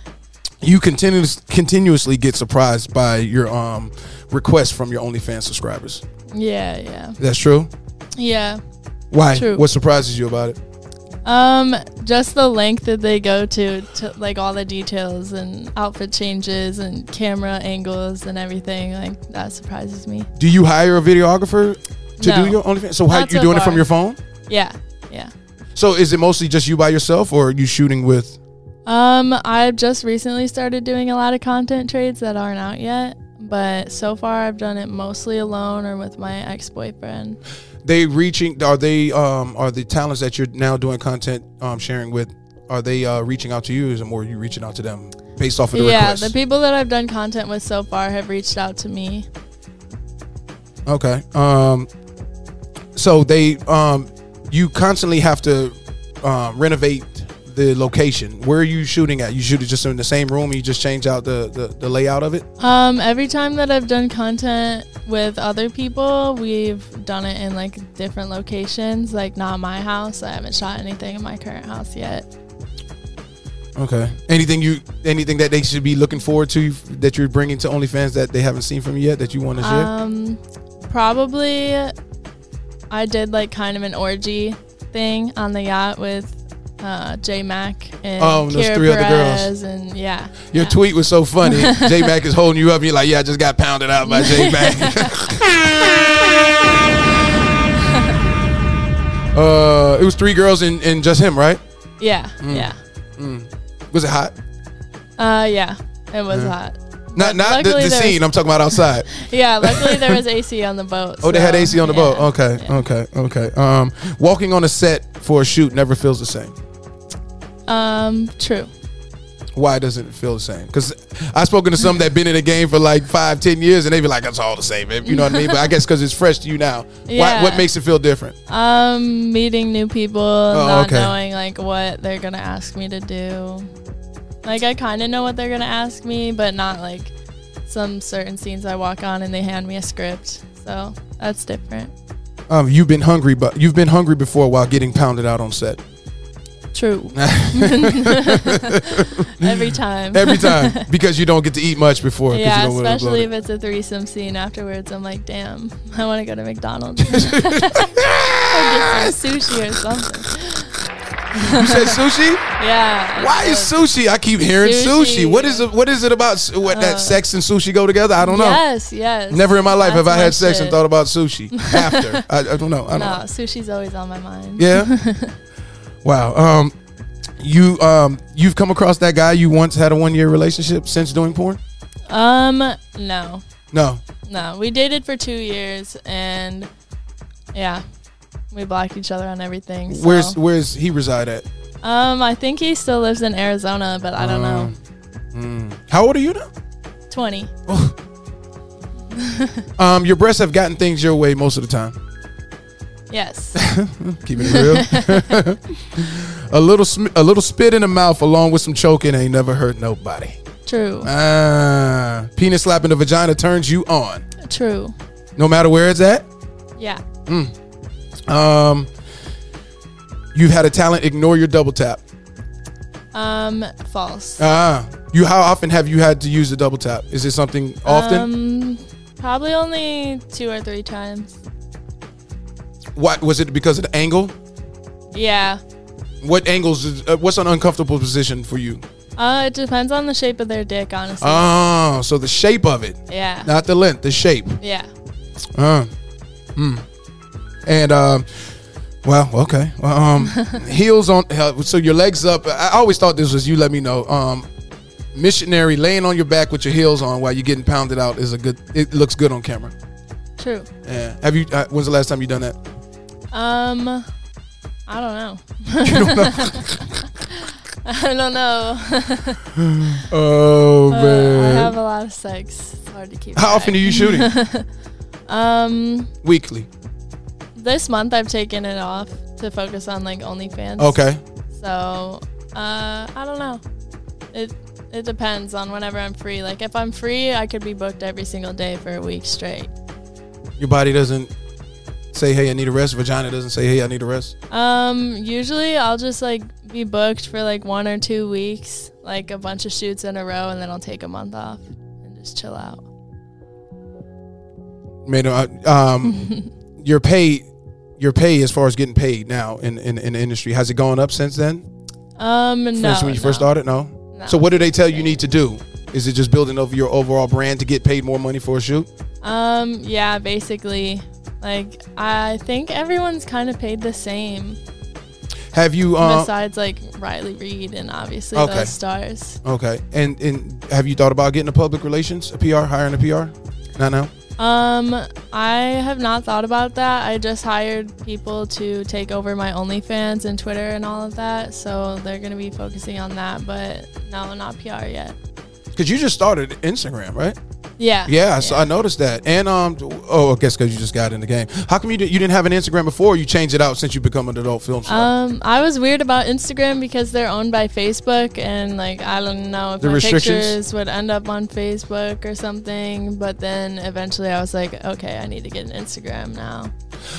Speaker 3: you continuous, continuously get surprised by your um, requests from your OnlyFans subscribers.
Speaker 4: yeah, yeah,
Speaker 3: That's true.
Speaker 4: yeah.
Speaker 3: Why?
Speaker 4: True.
Speaker 3: What surprises you about it?
Speaker 4: Um, just the length that they go to, to like all the details and outfit changes and camera angles and everything. Like that surprises me.
Speaker 3: Do you hire a videographer to
Speaker 4: No.
Speaker 3: do your OnlyFans? So how
Speaker 4: Not
Speaker 3: you
Speaker 4: so
Speaker 3: doing it
Speaker 4: far.
Speaker 3: from your phone?
Speaker 4: Yeah, yeah.
Speaker 3: So is it mostly just you by yourself, or are you shooting with?
Speaker 4: Um, I've just recently started doing a lot of content trades that aren't out yet, but so far I've done it mostly alone or with my ex-boyfriend.
Speaker 3: They reaching? Are they? Um, are the talents that you're now doing content um, sharing with? Are they uh, reaching out to you, or more you reaching out to them based off of the
Speaker 4: yeah,
Speaker 3: requests?
Speaker 4: the people that I've done content with so far have reached out to me.
Speaker 3: okay. Um, so they, um, you constantly have to um, renovate the location. Where are you shooting at? You shoot it just in the same room. You just change out the the, the layout of it.
Speaker 4: Um, every time that I've done content with other people, we've done it in like different locations, like not my house. I haven't shot anything in my current house yet.
Speaker 3: Okay. Anything you anything that they should be looking forward to that you're bringing to OnlyFans that they haven't seen from you yet that you want to share?
Speaker 4: Um, probably I did like kind of an orgy thing on the yacht with uh, J Mac and
Speaker 3: Oh, and those
Speaker 4: Kiera
Speaker 3: three other girls.
Speaker 4: Perez and yeah,
Speaker 3: Your tweet was so funny. J Mac is holding you up. You're like, yeah, I just got pounded out by J Mac. uh, it was three girls and, and just him, right?
Speaker 4: yeah,
Speaker 3: Mm.
Speaker 4: yeah,
Speaker 3: Was it hot?
Speaker 4: uh, yeah. It was hot.
Speaker 3: Not not the,
Speaker 4: Luckily
Speaker 3: the
Speaker 4: there
Speaker 3: scene.
Speaker 4: was-
Speaker 3: I'm talking about outside.
Speaker 4: Yeah, luckily there was AC on the boat.
Speaker 3: Oh, they had
Speaker 4: so,
Speaker 3: AC on the boat.
Speaker 4: yeah.
Speaker 3: Okay, okay, okay. Um, walking on a set for a shoot never feels the same.
Speaker 4: Um, true.
Speaker 3: why doesn't it feel the same? Because I've spoken to some that been in the game for like five, ten years, and they be like, "It's all the same," babe." you know what I mean? But I guess because it's fresh to you now, why,
Speaker 4: Yeah.
Speaker 3: what makes it feel different?
Speaker 4: Um, meeting new people, not
Speaker 3: Oh, okay.
Speaker 4: knowing like what they're gonna ask me to do. Like I kind of know what they're gonna ask me, but not like some certain scenes I walk on and they hand me a script. So that's different.
Speaker 3: Um, you've been hungry, but you've been hungry before while getting pounded out on set.
Speaker 4: True. Every time.
Speaker 3: Every time because you don't get to eat much before. 'cause
Speaker 4: yeah,
Speaker 3: you don't wanna
Speaker 4: especially
Speaker 3: blow
Speaker 4: if
Speaker 3: it.
Speaker 4: it's a threesome scene afterwards. I'm like, damn, I want to go to McDonald's or get some sushi or something.
Speaker 3: you said sushi.
Speaker 4: Yeah.
Speaker 3: Why is sushi? I keep hearing sushi.
Speaker 4: Sushi. Uh.
Speaker 3: What is it? What is it about su- what that sex and sushi go together? I don't know.
Speaker 4: Yes, yes.
Speaker 3: Never in my life have I
Speaker 4: That's my
Speaker 3: had sex and
Speaker 4: shit.
Speaker 3: thought about sushi after. I, I don't know. I don't
Speaker 4: No,
Speaker 3: know.
Speaker 4: sushi's always on my mind.
Speaker 3: Yeah. wow. Um, you um, you've come across that guy you once had a one year relationship since doing porn?
Speaker 4: Um, no,
Speaker 3: No.
Speaker 4: no. We dated for two years, and yeah, we blocked each other on everything. So.
Speaker 3: Where's where's he reside at?
Speaker 4: um? I think he still lives in Arizona, but I don't
Speaker 3: Um.
Speaker 4: know.
Speaker 3: How old are you now?
Speaker 4: Twenty.
Speaker 3: Um, your breasts have gotten things your way most of the time.
Speaker 4: Yes.
Speaker 3: Keeping it real. a little sm- a little spit in the mouth along with some choking ain't never hurt nobody.
Speaker 4: True.
Speaker 3: Uh. Ah, penis slapping the vagina turns you on,
Speaker 4: True.
Speaker 3: no matter where it's at.
Speaker 4: Yeah.
Speaker 3: Um, you've had a talent. Ignore your double tap.
Speaker 4: Um, false.
Speaker 3: Ah, you. How often have you had to use the double tap? Is it something often?
Speaker 4: Um, probably only two or three times.
Speaker 3: what was it because of the angle?
Speaker 4: Yeah.
Speaker 3: What angles? Is, uh, what's an uncomfortable position for you?
Speaker 4: Uh, it depends on the shape of their dick, honestly.
Speaker 3: Oh, so the shape of it,
Speaker 4: yeah.
Speaker 3: not the length, the shape.
Speaker 4: yeah.
Speaker 3: Uh, hmm. And um, well, okay. Well, um, heels on. uh, So your legs up. I I always thought this was you. Let me know. Um, missionary laying on your back with your heels on while you're getting pounded out is a good. It looks good on camera.
Speaker 4: True.
Speaker 3: Yeah. Have you? Uh, when's the last time you done that?
Speaker 4: Um, I don't know. I don't know.
Speaker 3: Oh
Speaker 4: Uh, I have a lot of sex. It's hard to keep.
Speaker 3: How often are
Speaker 4: track.
Speaker 3: you shooting?
Speaker 4: Um,
Speaker 3: Weekly.
Speaker 4: this month I've taken it off to focus on like OnlyFans.
Speaker 3: Okay.
Speaker 4: So, uh, I don't know. It it depends on whenever I'm free. Like if I'm free, I could be booked every single day for a week straight.
Speaker 3: Your body doesn't say, "Hey, I need a rest." Vagina doesn't say, "Hey, I need a rest."
Speaker 4: Um, usually I'll just like be booked for like one or two weeks, like a bunch of shoots in a row, and then I'll take a month off and just chill out.
Speaker 3: made uh, um your pay your pay as far as getting paid now in in, in the industry has it gone up since then
Speaker 4: Um, no.
Speaker 3: since when you first
Speaker 4: no.
Speaker 3: started no?
Speaker 4: No.
Speaker 3: so what do they tell you need to do is it just building over your overall brand to get paid more money for a shoot
Speaker 4: Um, yeah, basically. Like I think everyone's kind of paid the same,
Speaker 3: have you um
Speaker 4: besides like Riley Reed and obviously
Speaker 3: Okay.
Speaker 4: those stars.
Speaker 3: okay and and have you thought about getting a public relations a pr hiring a pr not now
Speaker 4: Um, I have not thought about that. I just hired people to take over my OnlyFans and Twitter and all of that, so they're gonna be focusing on that. But no, not PR yet.
Speaker 3: because you just started instagram right
Speaker 4: Yeah.
Speaker 3: yeah, so i noticed that and um oh i guess because you just got in the game how come you, did, you didn't have an instagram before you changed it out since you become an adult film star
Speaker 4: Um, I was weird about Instagram because they're owned by Facebook, and like I don't know if
Speaker 3: The
Speaker 4: my
Speaker 3: restrictions?
Speaker 4: pictures would end up on Facebook or something. But then eventually, I was like, okay, I need to get an Instagram now.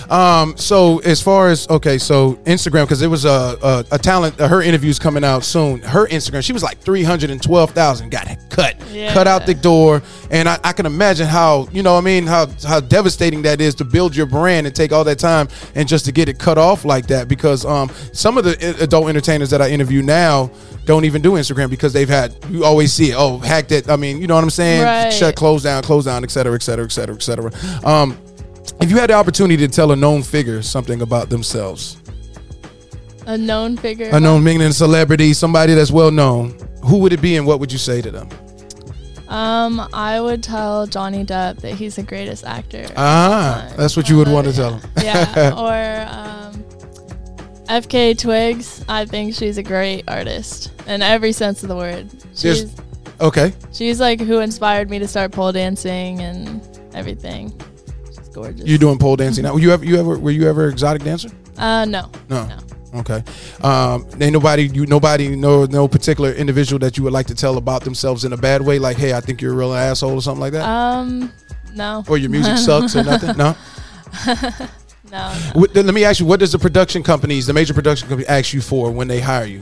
Speaker 3: Um. So as far as okay, so Instagram because it was a, a a talent. uh, Her interview's coming out soon. Her Instagram, she was like three hundred and twelve thousand. Got it cut,
Speaker 4: Yeah.
Speaker 3: cut out the door. And I, I can imagine how you know what I mean how how devastating that is to build your brand and take all that time and just to get it cut off like that because um some of the i- adult entertainers that I interview now don't even do Instagram because they've had you always see it oh hacked it I mean you know what I'm saying
Speaker 4: Right.
Speaker 3: shut close down close down et cetera et cetera et cetera et cetera. Um. If you had the opportunity to tell a known figure something about themselves,
Speaker 4: A known figure.
Speaker 3: a known meaning a celebrity, somebody that's well known, who would it be and what would you say to them?
Speaker 4: Um, I would tell Johnny Depp that he's the greatest actor.
Speaker 3: Ah, that's what you would want to tell them.
Speaker 4: yeah. Or um, FK Twigs. I think she's a great artist in every sense of the word.
Speaker 3: There's-
Speaker 4: She's
Speaker 3: Okay.
Speaker 4: She's like who inspired me to start pole dancing and everything. She's gorgeous.
Speaker 3: You doing pole dancing now? Were you ever you ever were you ever exotic dancer?
Speaker 4: uh no.
Speaker 3: No. Okay. Um, ain't nobody you nobody no no particular individual that you would like to tell about themselves in a bad way, like, hey, I think you're a real asshole or something like that?
Speaker 4: Um, no.
Speaker 3: or your music sucks or nothing? No?
Speaker 4: No.
Speaker 3: What, then let me ask you, what does the production companies, the major production company ask you for when they hire you?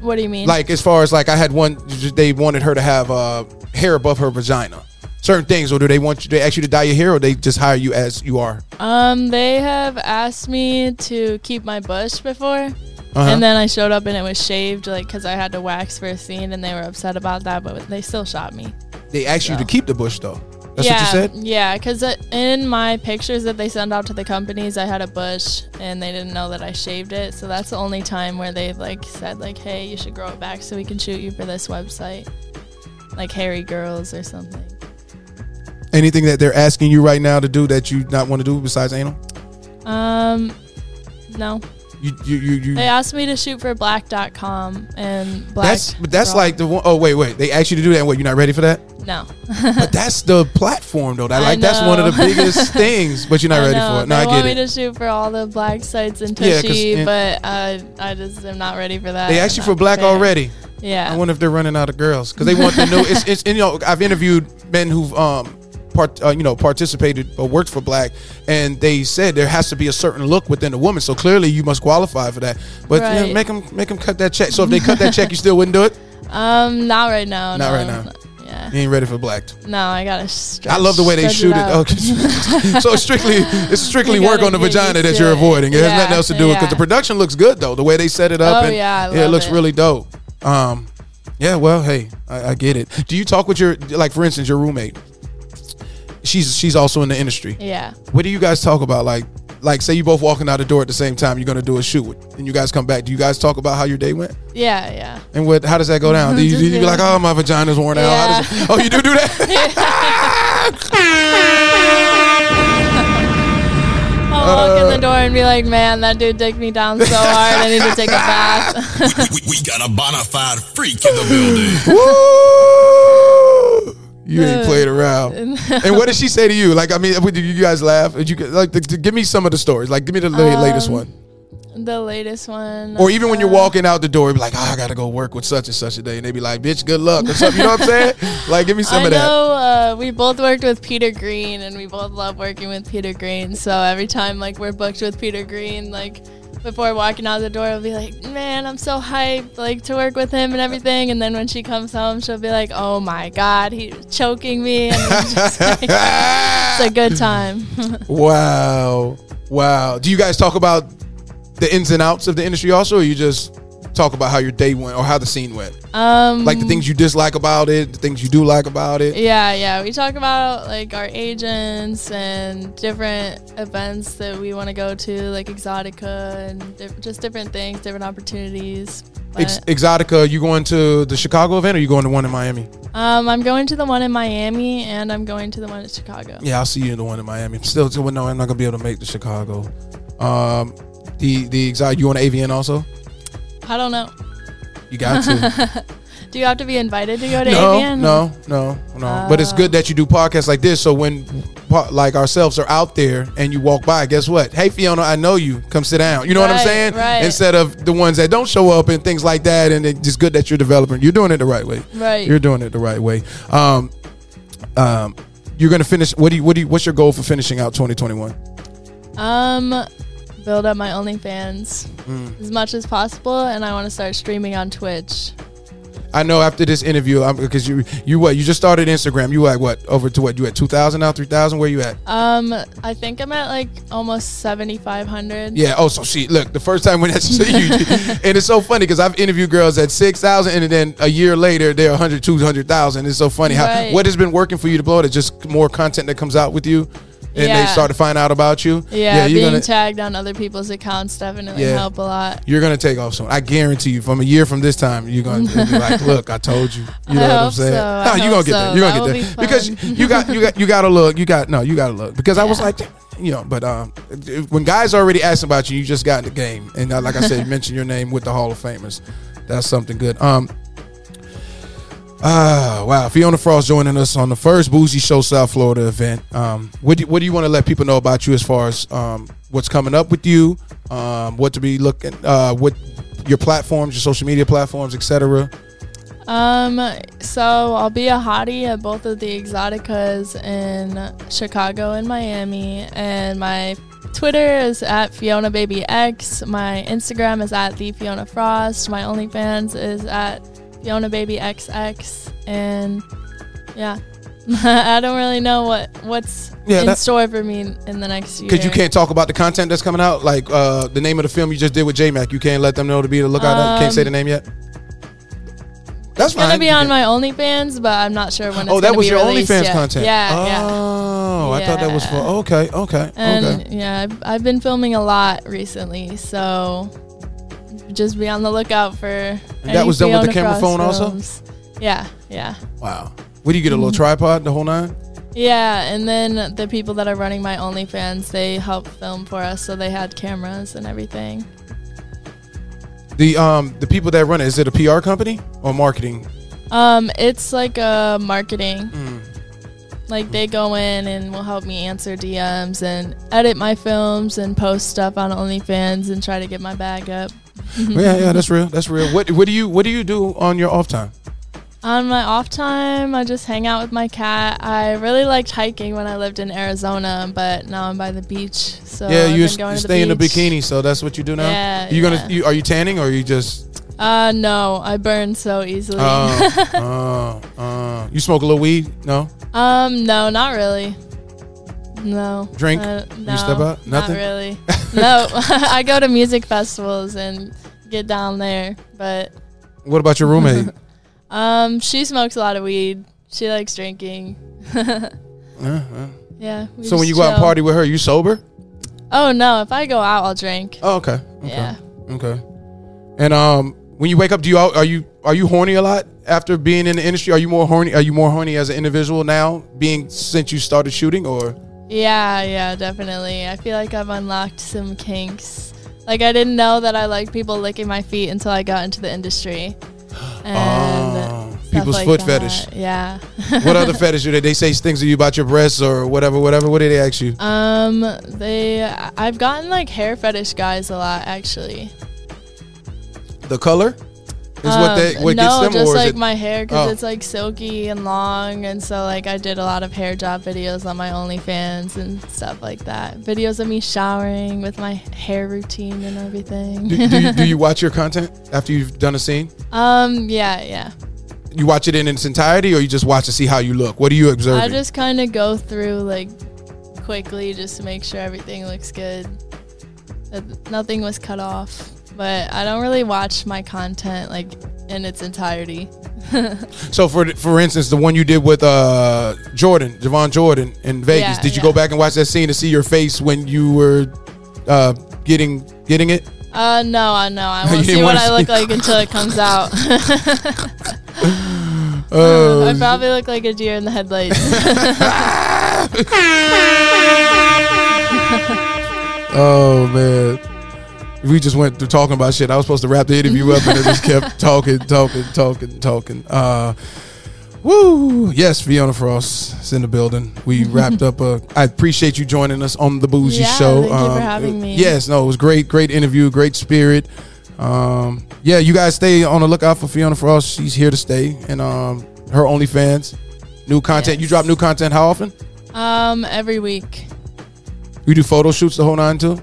Speaker 4: What do you mean?
Speaker 3: Like as far as like I had one they wanted her to have uh, hair above her vagina. Certain things, or do they want you they ask you to dye your hair or they just hire you as you are?
Speaker 4: Um, they have asked me to keep my bush before,
Speaker 3: Uh-huh.
Speaker 4: and then I showed up and it was shaved, like because I had to wax for a scene, and they were upset about that, but they still shot me.
Speaker 3: They ask you to keep the bush though. That's
Speaker 4: yeah,
Speaker 3: what you said?
Speaker 4: yeah, because in my pictures that they send out to the companies, I had a bush, and they didn't know that I shaved it, so that's the only time where they've like said like, "Hey, you should grow it back so we can shoot you for this website," like hairy girls or something.
Speaker 3: Anything that they're asking you right now to do that you not want to do besides anal?
Speaker 4: Um, no.
Speaker 3: You you you, you
Speaker 4: They asked me to shoot for black.com and black.
Speaker 3: That's but that's
Speaker 4: Girl.
Speaker 3: like the one oh wait wait they asked you to do that and what you're not ready for that
Speaker 4: no.
Speaker 3: but that's the platform though that like that's one of the
Speaker 4: know.
Speaker 3: biggest things but you're not ready
Speaker 4: know,
Speaker 3: for it
Speaker 4: They
Speaker 3: no I
Speaker 4: want
Speaker 3: get
Speaker 4: me
Speaker 3: it
Speaker 4: to shoot for all the black sites in
Speaker 3: Yeah, 'cause-
Speaker 4: Tushy,
Speaker 3: yeah.
Speaker 4: but uh, I just am not ready for that.
Speaker 3: they
Speaker 4: I'm
Speaker 3: asked you
Speaker 4: not
Speaker 3: for black
Speaker 4: prepared.
Speaker 3: already
Speaker 4: Yeah.
Speaker 3: I wonder if they're running out of girls because they want the new. It's, it's and, you know I've interviewed men who've um part uh, you know participated or worked for black and they said there has to be a certain look within a woman so clearly you must qualify for that but you know,
Speaker 4: Right.
Speaker 3: make them make them cut that check so if they cut that check you still wouldn't do it
Speaker 4: um, not right now.
Speaker 3: Not
Speaker 4: no,
Speaker 3: right now.
Speaker 4: no, Yeah.
Speaker 3: you ain't ready for black
Speaker 4: No, I gotta stretch.
Speaker 3: I love the way they
Speaker 4: stretch
Speaker 3: shoot it.
Speaker 4: out.
Speaker 3: Okay. so it's strictly it's strictly
Speaker 4: You gotta
Speaker 3: work on the
Speaker 4: get
Speaker 3: vagina
Speaker 4: used
Speaker 3: that
Speaker 4: to
Speaker 3: you're
Speaker 4: it.
Speaker 3: avoiding. It has
Speaker 4: Yeah,
Speaker 3: nothing else to do with because
Speaker 4: yeah.
Speaker 3: the production looks good though. The way they set it up
Speaker 4: Oh,
Speaker 3: and
Speaker 4: yeah, I
Speaker 3: it
Speaker 4: love
Speaker 3: looks
Speaker 4: it.
Speaker 3: really dope. Um, yeah, well, hey, I, I get it. Do you talk with your like for instance your roommate? She's she's also in the industry.
Speaker 4: Yeah.
Speaker 3: What do you guys talk about? Like like say you both walking out the door at the same time. You're gonna do a shoot and you guys come back. Do you guys talk about how your day went?
Speaker 4: Yeah. Yeah.
Speaker 3: And what? How does that go down? Do you, do you be
Speaker 4: Just-
Speaker 3: like, oh, my vagina's worn out? How does-
Speaker 4: Yeah.
Speaker 3: oh, you do do that?
Speaker 4: I'll
Speaker 3: Uh.
Speaker 4: walk in the door and be like, "Man, that dude dicked me down so hard. I need to take a bath."
Speaker 6: we, we got a bona fide freak in the building.
Speaker 3: Woo! You ain't
Speaker 4: Uh,
Speaker 3: played around. and what did she say to you? Like, I mean, did you guys laugh? Did you like? The, give me some of the stories. Like, give me the la- latest one.
Speaker 4: the latest one.
Speaker 3: Or even when you're
Speaker 4: Um, uh,
Speaker 3: walking out the door, be like, "Ah, I gotta go work with such and such a day, and they be like, "Bitch, good luck" or something. You know what I'm saying? Like, give me some
Speaker 4: I
Speaker 3: of that.
Speaker 4: know uh, we both worked with Peter Green, and we both love working with Peter Green. So every time like we're booked with Peter Green, like before walking out the door, I'll be like, "Man, I'm so hyped like to work with him and everything." And then when she comes home, she'll be like, "Oh my God, he's choking me!" And it's, just, like, it's a good time.
Speaker 3: Wow, wow. Do you guys talk about the ins and outs of the industry also, or you just talk about how your day went or how the scene went?
Speaker 4: um,
Speaker 3: Like the things you dislike about it, the things you do like about it.
Speaker 4: Yeah, yeah. We talk about like our agents and different events that we want to go to, like Exotica and di- just different things, different opportunities. But,
Speaker 3: Ex- Exotica, you going to the Chicago event or you going to one in Miami?
Speaker 4: um, I'm going to the one in Miami and I'm going to the one in Chicago.
Speaker 3: Yeah, I'll see you in the one in Miami. I'm still, well, no, I'm not gonna be able to make the Chicago. Um, the the exotic, you on AVN also?
Speaker 4: I don't know.
Speaker 3: You got to.
Speaker 4: Do you have to be invited to go to
Speaker 3: no,
Speaker 4: Avian?
Speaker 3: no, no, no. but it's good that you do podcasts like this. So when po- like ourselves are out there and you walk by, guess what? Hey Fiona, I know you. Come sit down. You know what I'm
Speaker 4: Right,
Speaker 3: saying?
Speaker 4: right.
Speaker 3: Instead of the ones that don't show up and things like that. And it's just good that you're developing. You're doing it the right way.
Speaker 4: Right.
Speaker 3: You're doing it the right way. Um, um, you're gonna finish. What do you? What do you? What's your goal for finishing out 2021?
Speaker 4: Um, build up my OnlyFans
Speaker 3: Mm.
Speaker 4: as much as possible, and I want to start streaming on Twitch.
Speaker 3: I know after this interview, I'm because you you what you just started Instagram. You like what over to what you at two thousand now three thousand? Where you at?
Speaker 4: Um, I think I'm at like almost 7,500.
Speaker 3: yeah. Oh, so she look the first time when that's so you, and it's so funny because I've interviewed girls at six thousand and then a year later they're 100, 200,000. It's so funny how
Speaker 4: Right.
Speaker 3: what has been working for you to blow it is just more content that comes out with you, and they
Speaker 4: Yeah.
Speaker 3: start to find out about you.
Speaker 4: Yeah,
Speaker 3: you're
Speaker 4: being
Speaker 3: gonna-
Speaker 4: tagged on other people's accounts definitely
Speaker 3: Yeah.
Speaker 4: help a lot.
Speaker 3: you're gonna take off soon. I guarantee you. From a year from this time, you're gonna be like, "Look, I told you." You know
Speaker 4: I
Speaker 3: what I'm
Speaker 4: hope
Speaker 3: saying?
Speaker 4: so. I
Speaker 3: No, you're gonna
Speaker 4: hope
Speaker 3: get
Speaker 4: so.
Speaker 3: there. You're gonna
Speaker 4: That
Speaker 3: get
Speaker 4: will
Speaker 3: there
Speaker 4: be
Speaker 3: because
Speaker 4: fun.
Speaker 3: you got you got you got to look. You got no, you got to look because I was like, you know, but um, when guys already asking about you, you just got in the game, and uh, like I said, mention your name with the Hall of Famers. That's something good. Um. Ah, wow. Fiona Frost joining us on the first Boozy Show South Florida event. Um, what do, what do you want to let people know about you as far as um, what's coming up with you, um, what to be looking, uh, what your platforms, your social media platforms, etc.
Speaker 4: Um, so I'll be a hottie at both of the Exoticas in Chicago and Miami, and my Twitter is at Fiona Baby X. My Instagram is at the Fiona Frost. My OnlyFans is at Fiona Baby XX, and yeah, I don't really know what what's
Speaker 3: Yeah,
Speaker 4: in
Speaker 3: that-
Speaker 4: store for me in the next year.
Speaker 3: Because you can't talk about the content that's coming out, like uh, the name of the film you just did with J Mac. You can't let them know to be to look out. at. You can't say the name yet. That's
Speaker 4: Um, It's gonna
Speaker 3: fine.
Speaker 4: be
Speaker 3: You
Speaker 4: on
Speaker 3: can-
Speaker 4: my OnlyFans, but I'm not sure when. It's
Speaker 3: Oh, that
Speaker 4: gonna
Speaker 3: was
Speaker 4: be
Speaker 3: your
Speaker 4: released
Speaker 3: OnlyFans
Speaker 4: yet.
Speaker 3: content.
Speaker 4: Yeah, yeah.
Speaker 3: Oh, I thought that was for.
Speaker 4: Yeah.
Speaker 3: Okay, okay,
Speaker 4: And
Speaker 3: okay.
Speaker 4: yeah, I've, I've been filming a lot recently, so just be on the lookout for.
Speaker 3: that was done with the camera phone also?
Speaker 4: also. Yeah, yeah,
Speaker 3: Wow. What do you get? A little
Speaker 4: Mm-hmm.
Speaker 3: tripod, the whole nine.
Speaker 4: yeah. And then the people that are running my OnlyFans, they help film for us, so they had cameras and everything.
Speaker 3: The um the people that run it is it a PR company or marketing?
Speaker 4: Um, it's like a marketing.
Speaker 3: Hmm.
Speaker 4: Like they go in and will help me answer DMs and edit my films and post stuff on OnlyFans and try to get my bag up. Mm-hmm.
Speaker 3: yeah, yeah, that's real. That's real. What what do you what do you do on your off time?
Speaker 4: On my off time, I just hang out with my cat. I really liked hiking when I lived in Arizona, but now I'm by the beach. So
Speaker 3: yeah,
Speaker 4: Uh, I've
Speaker 3: you,
Speaker 4: been
Speaker 3: s-
Speaker 4: going
Speaker 3: you
Speaker 4: to
Speaker 3: stay in the
Speaker 4: beach.
Speaker 3: bikini, so that's what you do now.
Speaker 4: Yeah,
Speaker 3: you gonna
Speaker 4: yeah.
Speaker 3: you, are you tanning or you just
Speaker 4: Uh, no, I burn so easily.
Speaker 3: uh, uh, uh, you smoke a little weed? No,
Speaker 4: um, no, not really. No.
Speaker 3: Drink?
Speaker 4: Uh,
Speaker 3: You
Speaker 4: no,
Speaker 3: step out? Nothing?
Speaker 4: Not really. no, I go to music festivals and get down there, but
Speaker 3: What about your roommate?
Speaker 4: um, she smokes a lot of weed. She likes drinking. Yeah.
Speaker 3: Uh,
Speaker 4: we
Speaker 3: so when
Speaker 4: just
Speaker 3: you go out and
Speaker 4: chill.
Speaker 3: party with her, you sober?
Speaker 4: Oh no! If I go out, I'll drink.
Speaker 3: Oh, okay, okay,
Speaker 4: Yeah.
Speaker 3: okay. And um, when you wake up, do you al- are you are you horny a lot after being in the industry? Are you more horny? Are you more horny as an individual now, being since you started shooting, or
Speaker 4: Yeah, yeah, definitely. I feel like I've unlocked some kinks. Like I didn't know that I liked people licking my feet until I got into the industry. And
Speaker 3: Oh,
Speaker 4: stuff
Speaker 3: people's
Speaker 4: like
Speaker 3: foot
Speaker 4: that.
Speaker 3: fetish.
Speaker 4: Yeah.
Speaker 3: what other fetish do they? They say things to you about your breasts or whatever, whatever. What do they ask you?
Speaker 4: um, they I've gotten like hair fetish guys a lot actually.
Speaker 3: the color is what
Speaker 4: Um,
Speaker 3: they what
Speaker 4: no,
Speaker 3: gets them,
Speaker 4: just
Speaker 3: or
Speaker 4: like
Speaker 3: is it?
Speaker 4: my hair because
Speaker 3: Oh.
Speaker 4: it's like silky and long, and so like I did a lot of hair job videos on my OnlyFans and stuff like that. Videos of me showering with my hair routine and everything.
Speaker 3: do, do you, do you watch your content after you've done a scene?
Speaker 4: Um. Yeah. Yeah.
Speaker 3: You watch it in its entirety, or you just watch to see how you look? What are you observing?
Speaker 4: I just kind of go through like quickly just to make sure everything looks good. That nothing was cut off. But I don't really watch my content like in its entirety.
Speaker 3: so for for instance, the one you did with uh, Jordan, Javon Jordan in Vegas,
Speaker 4: Yeah,
Speaker 3: did you
Speaker 4: yeah.
Speaker 3: go back and watch that scene to see your face when you were uh, getting getting it?
Speaker 4: Uh no, I know. I
Speaker 3: You didn't
Speaker 4: won't see what
Speaker 3: wanna
Speaker 4: I look
Speaker 3: see-
Speaker 4: like until it comes out. I probably look like a deer in the headlights.
Speaker 3: Oh man. We just went through talking about shit. I was supposed to wrap the interview up and it just kept talking, talking, talking, talking. Uh Woo! Yes, Fiona Frost is in the building. We wrapped up a I appreciate you joining us on the Bougie
Speaker 4: Yeah,
Speaker 3: Show. Um, uh,
Speaker 4: thank you for having me.
Speaker 3: Yes, no, it was great, great interview, great spirit. Um yeah, you guys stay on the lookout for Fiona Frost. She's here to stay. And um her OnlyFans. New content. You
Speaker 4: Yes.
Speaker 3: drop new content how often?
Speaker 4: um every week.
Speaker 3: You do photo shoots the whole nine too?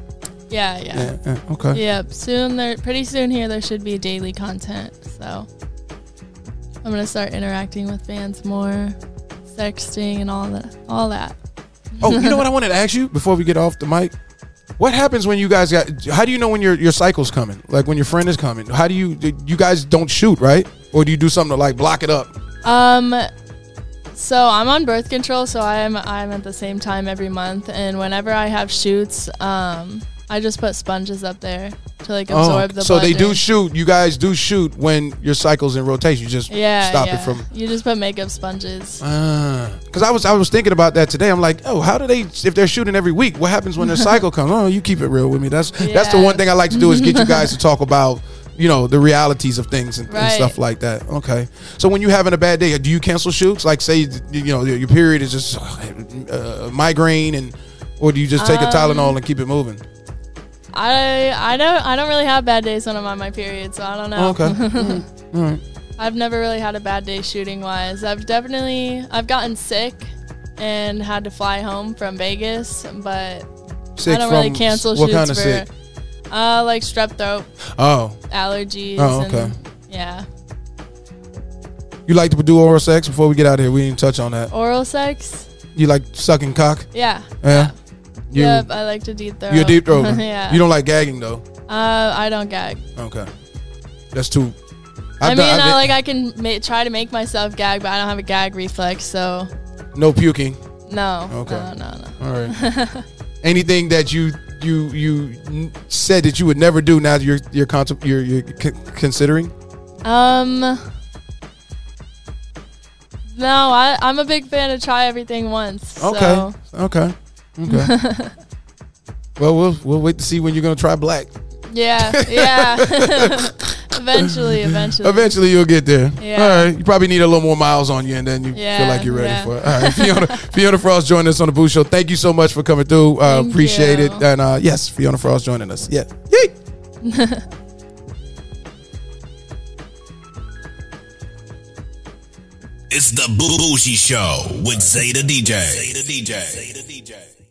Speaker 4: Yeah, yeah.
Speaker 3: Yeah, yeah, okay.
Speaker 4: Yep. Soon there pretty soon here there should be daily content. So I'm gonna start interacting with fans more, sexting and all that all that.
Speaker 3: Oh, you know what I wanted to ask you before we get off the mic? What happens when you guys got? How do you know when your your cycle's coming? Like when your friend is coming? How do you you guys don't shoot right? Or do you do something to like block it up?
Speaker 4: Um, so I'm on birth control, so I'm I'm at the same time every month, and whenever I have shoots, um, I just put sponges up there to like absorb the.
Speaker 3: Um, Oh, so
Speaker 4: blood
Speaker 3: they do
Speaker 4: drain.
Speaker 3: shoot. You guys do shoot when your cycle's in rotation. You just
Speaker 4: yeah,
Speaker 3: stop
Speaker 4: yeah.
Speaker 3: it from.
Speaker 4: You just put makeup sponges.
Speaker 3: Because I was I was thinking about that today. I'm like, oh, how do they? If they're shooting every week, what happens when their cycle comes? Oh, you keep it real with me. That's that's the
Speaker 4: Yeah.
Speaker 3: one thing I like to do is get you guys to talk about you know the realities of things and, and
Speaker 4: Right.
Speaker 3: stuff like that. Okay. So when you're having a bad day, do you cancel shoots? Like say you know your your
Speaker 4: Um,
Speaker 3: period is just uh, migraine and. Or do you just take a Tylenol and keep it moving?
Speaker 4: I I don't I don't really have bad days when I'm on my period, so I don't know.
Speaker 3: Okay.
Speaker 4: I've never really had a bad day shooting wise. I've definitely I've gotten sick and had to fly home from Vegas, but
Speaker 3: Sick
Speaker 4: I don't really
Speaker 3: from-
Speaker 4: cancel
Speaker 3: What
Speaker 4: shoots
Speaker 3: kind of
Speaker 4: for
Speaker 3: sick?
Speaker 4: uh like strep throat
Speaker 3: Oh,
Speaker 4: allergies.
Speaker 3: Oh, okay.
Speaker 4: And, yeah,
Speaker 3: you like to do oral sex? Before we get out of here, we didn't touch on that.
Speaker 4: oral sex.
Speaker 3: You like sucking cock?
Speaker 4: Yeah.
Speaker 3: Yeah. You,
Speaker 4: yep, I like to deep throat.
Speaker 3: You're a deep throater.
Speaker 4: yeah.
Speaker 3: You don't like gagging though.
Speaker 4: Uh, I don't gag.
Speaker 3: Okay. That's too.
Speaker 4: i
Speaker 3: I've
Speaker 4: mean,
Speaker 3: done- I've
Speaker 4: I,
Speaker 3: done-
Speaker 4: like I can ma- try to make myself gag, but I don't have a gag reflex, so
Speaker 3: no puking.
Speaker 4: no.
Speaker 3: Okay.
Speaker 4: No, no, no.
Speaker 3: All right. Anything that you you you n- said that you would never do now that you're you're contem- you're, you're c- considering?
Speaker 4: Um. No, I, I'm a big fan of try everything once.
Speaker 3: Okay.
Speaker 4: So.
Speaker 3: Okay. Okay. well, we'll we'll wait to see when you're gonna try black.
Speaker 4: Yeah, yeah. eventually, eventually.
Speaker 3: Eventually, you'll get there.
Speaker 4: Yeah.
Speaker 3: All right. You probably need a little more miles on you, and then you feel
Speaker 4: Yeah,
Speaker 3: like you're ready
Speaker 4: yeah.
Speaker 3: for it. All right. Fiona, Fiona Frost joined us on the Boo Show. Thank you so much for coming through. Uh,
Speaker 4: Thank
Speaker 3: appreciate
Speaker 4: you.
Speaker 3: it. And uh, yes, Fiona Frost joining us. Yeah. Yay.
Speaker 6: It's the Boo Bougie Show with Zeta DJ. Zeta DJ. Zeta DJ.